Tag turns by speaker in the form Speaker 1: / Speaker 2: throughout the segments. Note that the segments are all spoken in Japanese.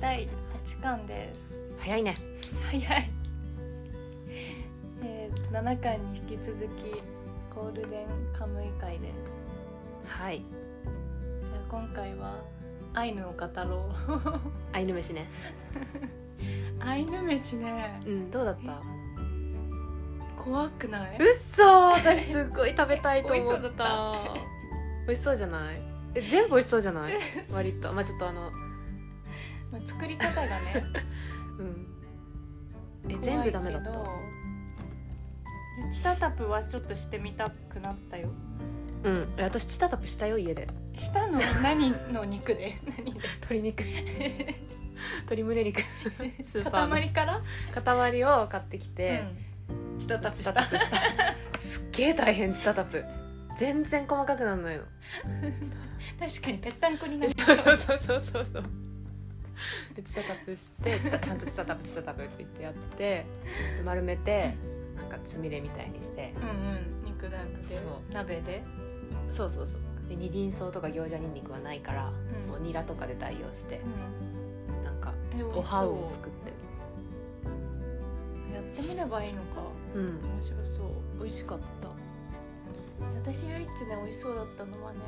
Speaker 1: 第8巻です
Speaker 2: 早いね
Speaker 1: 早いえー、7巻に引き続きゴールデンカムイ会です
Speaker 2: はい
Speaker 1: じゃあ今回はアイヌを語ろ
Speaker 2: アイヌ飯ね
Speaker 1: うアイヌ飯ね
Speaker 2: うんどうだった
Speaker 1: 怖くない
Speaker 2: うっそ私すっごい食べたいと思
Speaker 1: 美味し
Speaker 2: っ
Speaker 1: そう
Speaker 2: た
Speaker 1: だっ
Speaker 2: 美味しそうじゃないえ全部美味しそうじゃない割とまあちょっとあの
Speaker 1: まあ、作り方がね
Speaker 2: うんえ全部ダメだった
Speaker 1: 怖いけどチタタプはちょっとしてみたくなったよ
Speaker 2: うんえ私チタタプしたよ家で
Speaker 1: したの何の肉 で何で
Speaker 2: 鶏肉 鶏胸 肉スーパーの
Speaker 1: 塊から、
Speaker 2: 塊を買ってきて、
Speaker 1: うん、チタタプ
Speaker 2: チ
Speaker 1: し
Speaker 2: タ
Speaker 1: た
Speaker 2: タプ したすっげえ大変チタタプ全然細かくなんないの
Speaker 1: 確かにぺったんこにな り
Speaker 2: そうそうそうそうそうそうでチタタプしてチタちゃんとチタタプチタタプって言ってやってで丸めてなんかつみれみたいにして
Speaker 1: うんうん肉だんで
Speaker 2: そう
Speaker 1: 鍋で
Speaker 2: そうそうそうで二輪草とか行者ニンニクはないから、
Speaker 1: うん
Speaker 2: もうニラとかで代用して
Speaker 1: うん
Speaker 2: なんか
Speaker 1: え
Speaker 2: おはうを
Speaker 1: 美味し
Speaker 2: 作って
Speaker 1: そうやってみればいいのか
Speaker 2: うん
Speaker 1: 面白そう
Speaker 2: 美味しかった
Speaker 1: 私唯一ね美味しそうだったのはね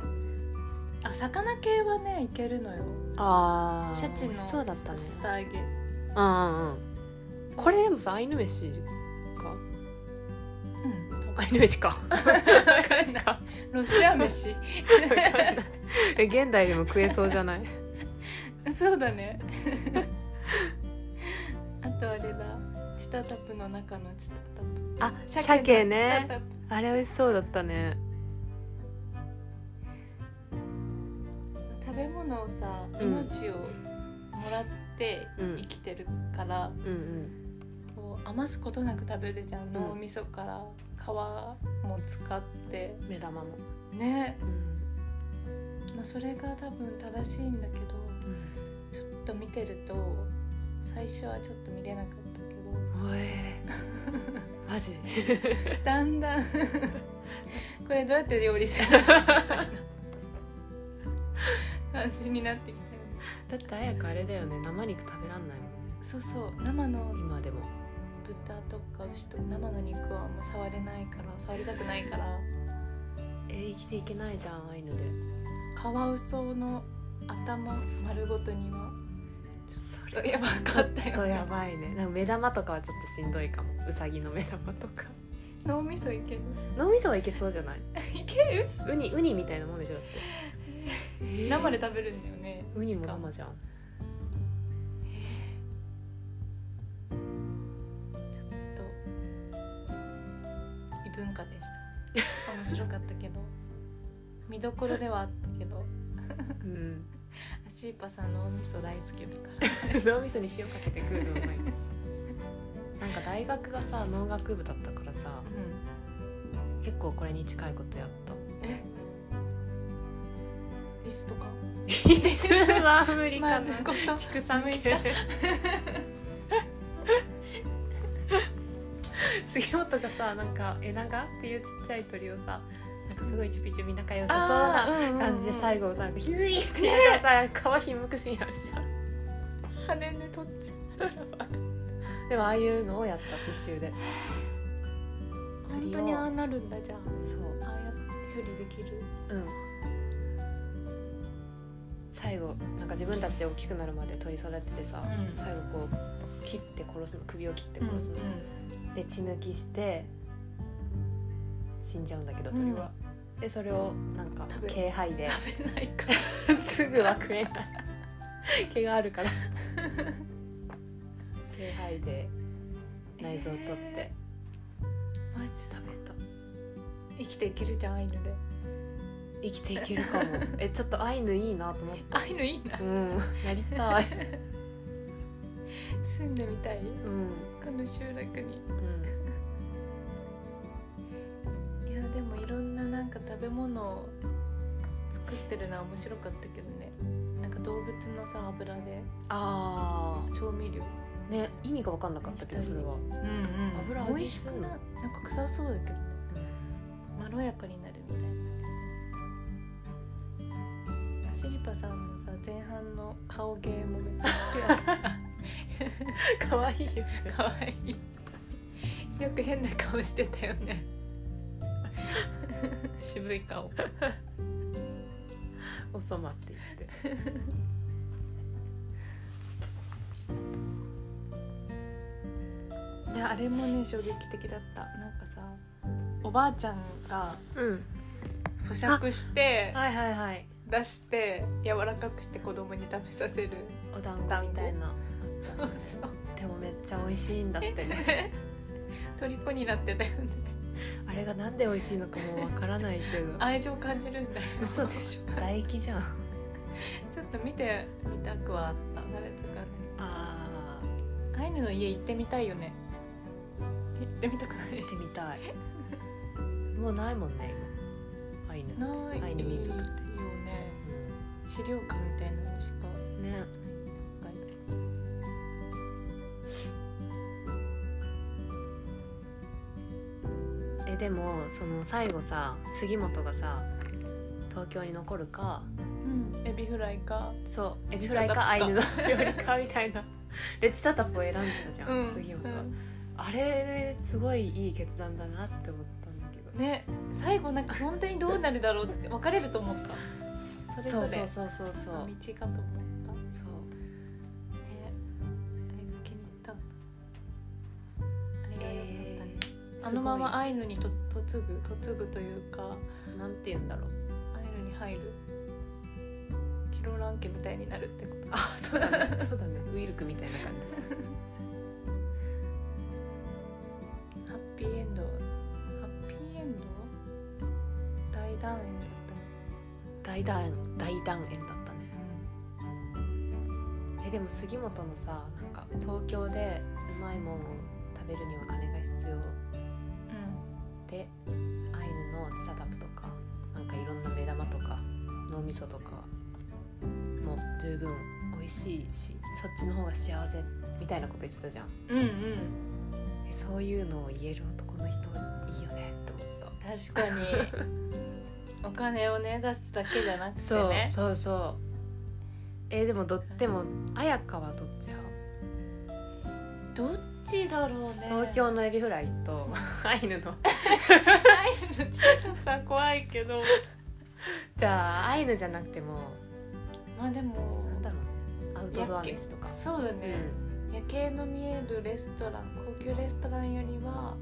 Speaker 1: このあ魚系はねいけるのよ
Speaker 2: あ
Speaker 1: シャチの
Speaker 2: 美味しそうだったね
Speaker 1: スター揚げ
Speaker 2: うんうんうんこれでもさアイヌ飯か
Speaker 1: うん
Speaker 2: アイヌ飯か
Speaker 1: かんない ロシア飯
Speaker 2: え現代でも食えそうじゃない
Speaker 1: そうだね あとあれだチタタプの中のチタタプ
Speaker 2: あ鮭
Speaker 1: の
Speaker 2: ね
Speaker 1: チタタプ
Speaker 2: あれ美味しそうだったね
Speaker 1: 食べ物をさ
Speaker 2: うん
Speaker 1: 命をもらって
Speaker 2: うん
Speaker 1: 生きてるから、
Speaker 2: うんうん
Speaker 1: こう余すことなく食べるじゃん、
Speaker 2: ん
Speaker 1: 脳みそから皮も使って
Speaker 2: 目玉も、
Speaker 1: ね、
Speaker 2: うん
Speaker 1: まあ、それが多分正しいんだけどちょっと見てると最初はちょっと見れなかったけど
Speaker 2: おえマジ
Speaker 1: だん だんこれどうやって料理 する感じになってきたよね
Speaker 2: だって早くあれだよね生肉食べらんないもんね
Speaker 1: そうそう生の
Speaker 2: 今でも
Speaker 1: 豚とか牛とか生の肉はあんま触れないから触りたくないから
Speaker 2: え生きていけないじゃんアイヌで
Speaker 1: カワウソの頭丸ごとには
Speaker 2: そ
Speaker 1: ちょっとやばかった
Speaker 2: ちょっと
Speaker 1: よ
Speaker 2: や
Speaker 1: ね
Speaker 2: ばいねなんか目玉とかはちょっとしんどいかもうさぎの目玉とか
Speaker 1: 脳みそいける
Speaker 2: 脳みそはいけそうじゃない
Speaker 1: いける
Speaker 2: ウニウニみたいなもんでしょだって
Speaker 1: 生で食べるんだよね
Speaker 2: ウニも
Speaker 1: しかも
Speaker 2: 生じゃん
Speaker 1: と異文化でした面白かったけど見どころではあったけど
Speaker 2: うん
Speaker 1: アシーパさんのお味噌大好きだか
Speaker 2: 脳みそに塩かけて食うじゃないなんか大学がさ農学部だったからさ
Speaker 1: ら、うん、
Speaker 2: 結構これに近いことやった
Speaker 1: えリスとか
Speaker 2: スは無理かな
Speaker 1: 丸ごと
Speaker 2: 畜産
Speaker 1: 向い
Speaker 2: 系 杉本がさなんかエナガっていうちっちゃい鳥をさなんかすごいチュピチュピ仲良
Speaker 1: あ
Speaker 2: さ
Speaker 1: ーうんうん
Speaker 2: そううんな感じで最後さ「ひずり!」ってやったらさ皮ひむくシーンあるじゃん
Speaker 1: 羽で取っちゃう
Speaker 2: でもああいうのをやった実習で
Speaker 1: 本当にああなるんだじゃあ
Speaker 2: そう
Speaker 1: ああやって処理できる
Speaker 2: うん最後なんか自分たちで大きくなるまで鳥育てて
Speaker 1: う
Speaker 2: さ、
Speaker 1: ん
Speaker 2: 最後こう切って殺すの首を切って殺すの、
Speaker 1: う
Speaker 2: で血抜きして死んじゃうんだけど
Speaker 1: んうん、
Speaker 2: 鳥は、でそれをなんか
Speaker 1: 食べ
Speaker 2: 軽配で
Speaker 1: 食べないか
Speaker 2: すぐは食えない毛があるから 軽配で内臓を取って、
Speaker 1: えマジで
Speaker 2: 食べた
Speaker 1: 生きていけるじゃんアイヌで
Speaker 2: 生きていけるかも えちょっとアイヌいいなと思って
Speaker 1: アイヌいいな
Speaker 2: うんなりたい
Speaker 1: 住んでみたい
Speaker 2: うん
Speaker 1: あの集落に
Speaker 2: うん
Speaker 1: いやでもいろんななんか食べ物を作ってるのは面白かったけどねなんか動物のさ油で
Speaker 2: あ
Speaker 1: 調味料
Speaker 2: あね意味が分かんなかったけどそれは、
Speaker 1: うんうん
Speaker 2: 油
Speaker 1: 美
Speaker 2: 味
Speaker 1: 味
Speaker 2: す
Speaker 1: しく
Speaker 2: んの
Speaker 1: ないなんか臭そうだけどねまろやかになるみたいなアシリぱさんのさ前半の顔芸もめっちゃ
Speaker 2: 可愛いよね
Speaker 1: 好きだ かわいいよく変な顔してたよね 渋い顔
Speaker 2: おそまって言って
Speaker 1: いやあれもね衝撃的だったなんかさおばあちゃんが
Speaker 2: うん
Speaker 1: 咀嚼して
Speaker 2: はいはいはい
Speaker 1: 出して柔らかくして子供に食べさせる
Speaker 2: お団子みたいなあった
Speaker 1: そう
Speaker 2: ねでもめっちゃ美味しいんだってね
Speaker 1: そう虜になってたよね
Speaker 2: あれがなんで美味しいのかもわからないけど
Speaker 1: 愛情感じるんだよ
Speaker 2: 嘘 でしょ唾液じゃん
Speaker 1: ちょっと見てみたくはあった誰とかね
Speaker 2: あー
Speaker 1: アイヌの家行ってみたいよね行ってみたくない
Speaker 2: 行ってみたいもうないもんね今アイヌ
Speaker 1: ない
Speaker 2: アイヌ民族って
Speaker 1: よね資料館みたいなのしか
Speaker 2: うんねえでもその最後さ杉本がさ東京に残るか
Speaker 1: うんエビフライか
Speaker 2: そうエビフライかアイヌの料理かみたいなレチタタプを選んでたじゃん、杉本が、
Speaker 1: うん
Speaker 2: あれすごいいい決断だなって思ったんだけど
Speaker 1: ね最後なんか本当にどうなるだろうって別れると思ったそれぞ
Speaker 2: そう
Speaker 1: れ
Speaker 2: そうそうそうそう
Speaker 1: の道かと思ったねあ
Speaker 2: そう
Speaker 1: れが気に入ったあれが良かったね、
Speaker 2: え
Speaker 1: あのまま
Speaker 2: ア
Speaker 1: ア
Speaker 2: イ
Speaker 1: イヌにと嫁ぐ嫁ぐというか
Speaker 2: なんて言うんだろう
Speaker 1: アイヌに入るキロラン家みたいになるってこと
Speaker 2: あそうだね そうだねウィルクみたいな感じ
Speaker 1: ハッピーエンドハッピーエンド大団円だった
Speaker 2: 大団円大団円だったね
Speaker 1: ね
Speaker 2: えでも杉本のさなんか東京でうまいもんを食べるには金が必要でアイヌのチタタプとかなんかいろんな目玉とか脳みそとかも十分美味しいしそっちの方が幸せみたいなこと言ってたじゃん
Speaker 1: うん、うんうん
Speaker 2: えそういうのを言える男の人いいよねって思っ
Speaker 1: 確かに お金をね出すだけじゃなくて
Speaker 2: た
Speaker 1: ね
Speaker 2: そうそうえでもどでも綾香はどっち派
Speaker 1: どっちだろうね
Speaker 2: 東京のエビフライ とアイヌの
Speaker 1: アイヌのちっささ怖いけど
Speaker 2: じゃあアイヌじゃなくても
Speaker 1: まあでも
Speaker 2: なんだろうねアウトドア飯とか
Speaker 1: そうだね、
Speaker 2: う
Speaker 1: 夜景の見えるレストラン高級レストランよりは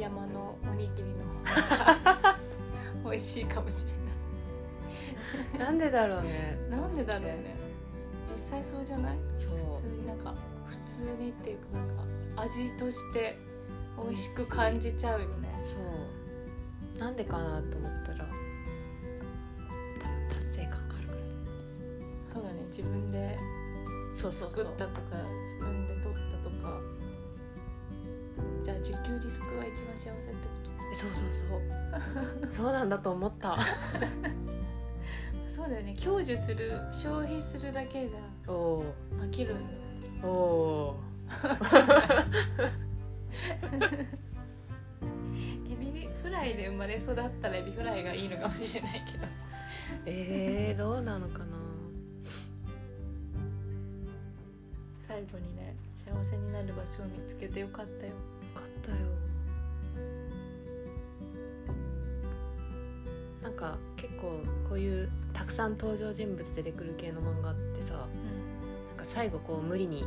Speaker 1: 山のおにぎりの方が 美味しいかもし
Speaker 2: んなんでだろうね
Speaker 1: れないなんでだろうね実際そうじゃない
Speaker 2: そう
Speaker 1: 普通になんか普通にっていうかなんか味として美味しく感じちゃうよね
Speaker 2: そうなんでかなと思ったらた達成感があるから
Speaker 1: そうだね自分で
Speaker 2: そうそう
Speaker 1: 作
Speaker 2: そ
Speaker 1: っ
Speaker 2: う
Speaker 1: たとか自分で取ったとかじゃあ自給自足が一番幸せってこ
Speaker 2: えそうそうそう そうなんだと思 った
Speaker 1: とそうだよね享受する消費するだけじ
Speaker 2: おお
Speaker 1: ゃ飽きるんだ
Speaker 2: おお
Speaker 1: エビフライで生まれ育ったらエビフライがいいのかもしれないけど
Speaker 2: えー、どうなのかな
Speaker 1: 最後にね幸せになる場所を見つけてよかったよ
Speaker 2: よかったよなんか結構こういうたくさん登場人物出てくる系の漫画ってさなんか最後こう無理に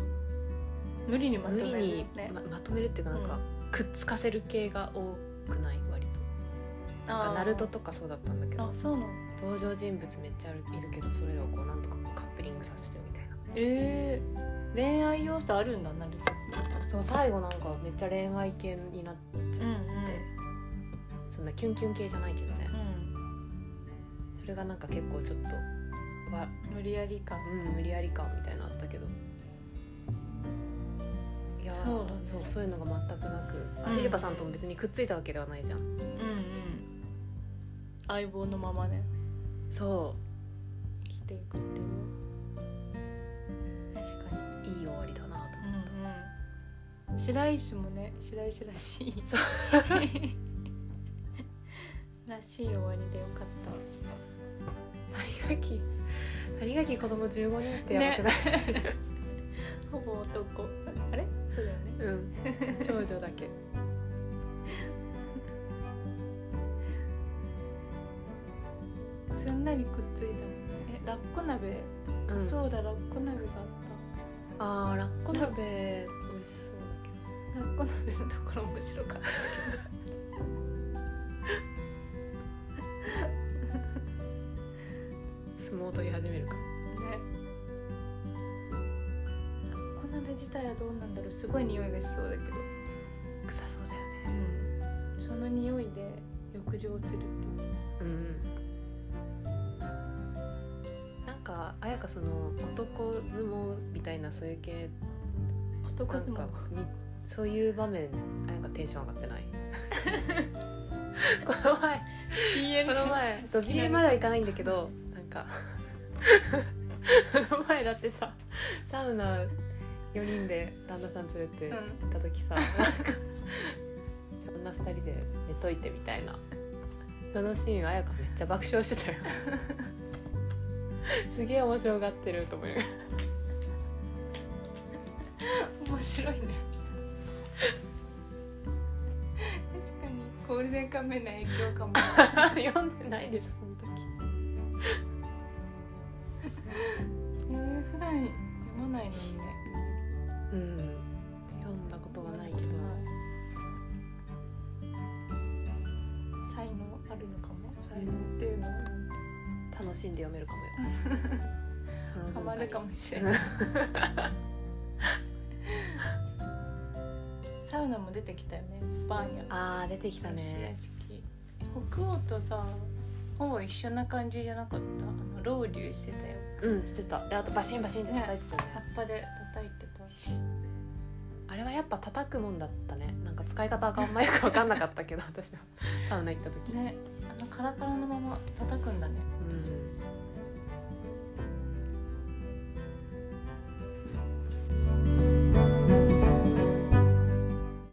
Speaker 1: 無理にまと
Speaker 2: 無
Speaker 1: め
Speaker 2: 理
Speaker 1: る
Speaker 2: に
Speaker 1: ね
Speaker 2: ままとめるっていうかなんか、くっつかせる系が多くない割となんかナルトとかそうだったんだけ
Speaker 1: あ
Speaker 2: ど
Speaker 1: そうなの
Speaker 2: 登場人物めっちゃいるけどそれらをこうなんとかこうカップリングさせるみたいな
Speaker 1: えー、恋愛要素あるんだナルトって
Speaker 2: そう最後なんかめっちゃ恋愛系になって、
Speaker 1: うんうん
Speaker 2: そんなキュンキュン系じゃないけどねそれがなんか結構ちょっとわ、
Speaker 1: うん無理やり感
Speaker 2: うん、無理やり感みたいなのあったけどいや
Speaker 1: そうだね
Speaker 2: そうそういうのが全くなく、シルバさんとも別にくっついたわけではないじゃん
Speaker 1: うんうん相棒のままね
Speaker 2: そ
Speaker 1: 生きていくっていう確かに
Speaker 2: ういい終わりだなと
Speaker 1: うんうん白石もね白石らしいらしい終わりでよかっ
Speaker 2: りがきありがき子供15人ってやばくない、
Speaker 1: ほぼ男あれそうだよね
Speaker 2: うん長女だけ
Speaker 1: すんなりくっついたもんねえラッコ鍋、あ
Speaker 2: うん
Speaker 1: そうだラッコ鍋があ
Speaker 2: あーラッコ鍋美味しそう
Speaker 1: ったラ
Speaker 2: だけど
Speaker 1: ッコ鍋のところ面白かった
Speaker 2: 相撲取り始めるか
Speaker 1: ねラッコ鍋自体はどうなんだろうすごい匂いがしそうだけど
Speaker 2: 臭そうだよね
Speaker 1: うんその匂いで浴場する
Speaker 2: うんなんかあやかその男相撲みたいなそういう系
Speaker 1: 男
Speaker 2: なん
Speaker 1: 相
Speaker 2: か
Speaker 1: 撲
Speaker 2: みそういう場面あやかテンション上がってない この前
Speaker 1: PL
Speaker 2: この前そう BL まではいかないんだけどなんかこの前だってさサウナ4人で旦那さん連れて行った時さ、なんかそんな2人で寝といてみたいなそのシーンあやかめっちゃ爆笑 してたよすげえ面白がってると思うよ
Speaker 1: 面白いね確かにゴールデンカメの影響 かも
Speaker 2: 読んでないですその時
Speaker 1: えー普段読まないのにね
Speaker 2: うん読んだことはないけど
Speaker 1: 才能あるのかも才能っていうのは
Speaker 2: 楽しんで読めるかもよ その
Speaker 1: ハ
Speaker 2: 文
Speaker 1: マ
Speaker 2: 化に
Speaker 1: るかもしれないサウナも出てきたよねバーンや
Speaker 2: あー出てきたね
Speaker 1: 北欧とさほぼ一緒な感じじゃなかったあのロウリュしてたよ
Speaker 2: うんしてたであとバシンバシンって叩いてたね
Speaker 1: 葉っぱで叩いてた
Speaker 2: あれはやっぱ叩くもんだったねなんか使い方があんまよく分かんなかったけど私はサウナ行った時
Speaker 1: ねあのカラカラのまま叩くんだね、
Speaker 2: うん
Speaker 1: 私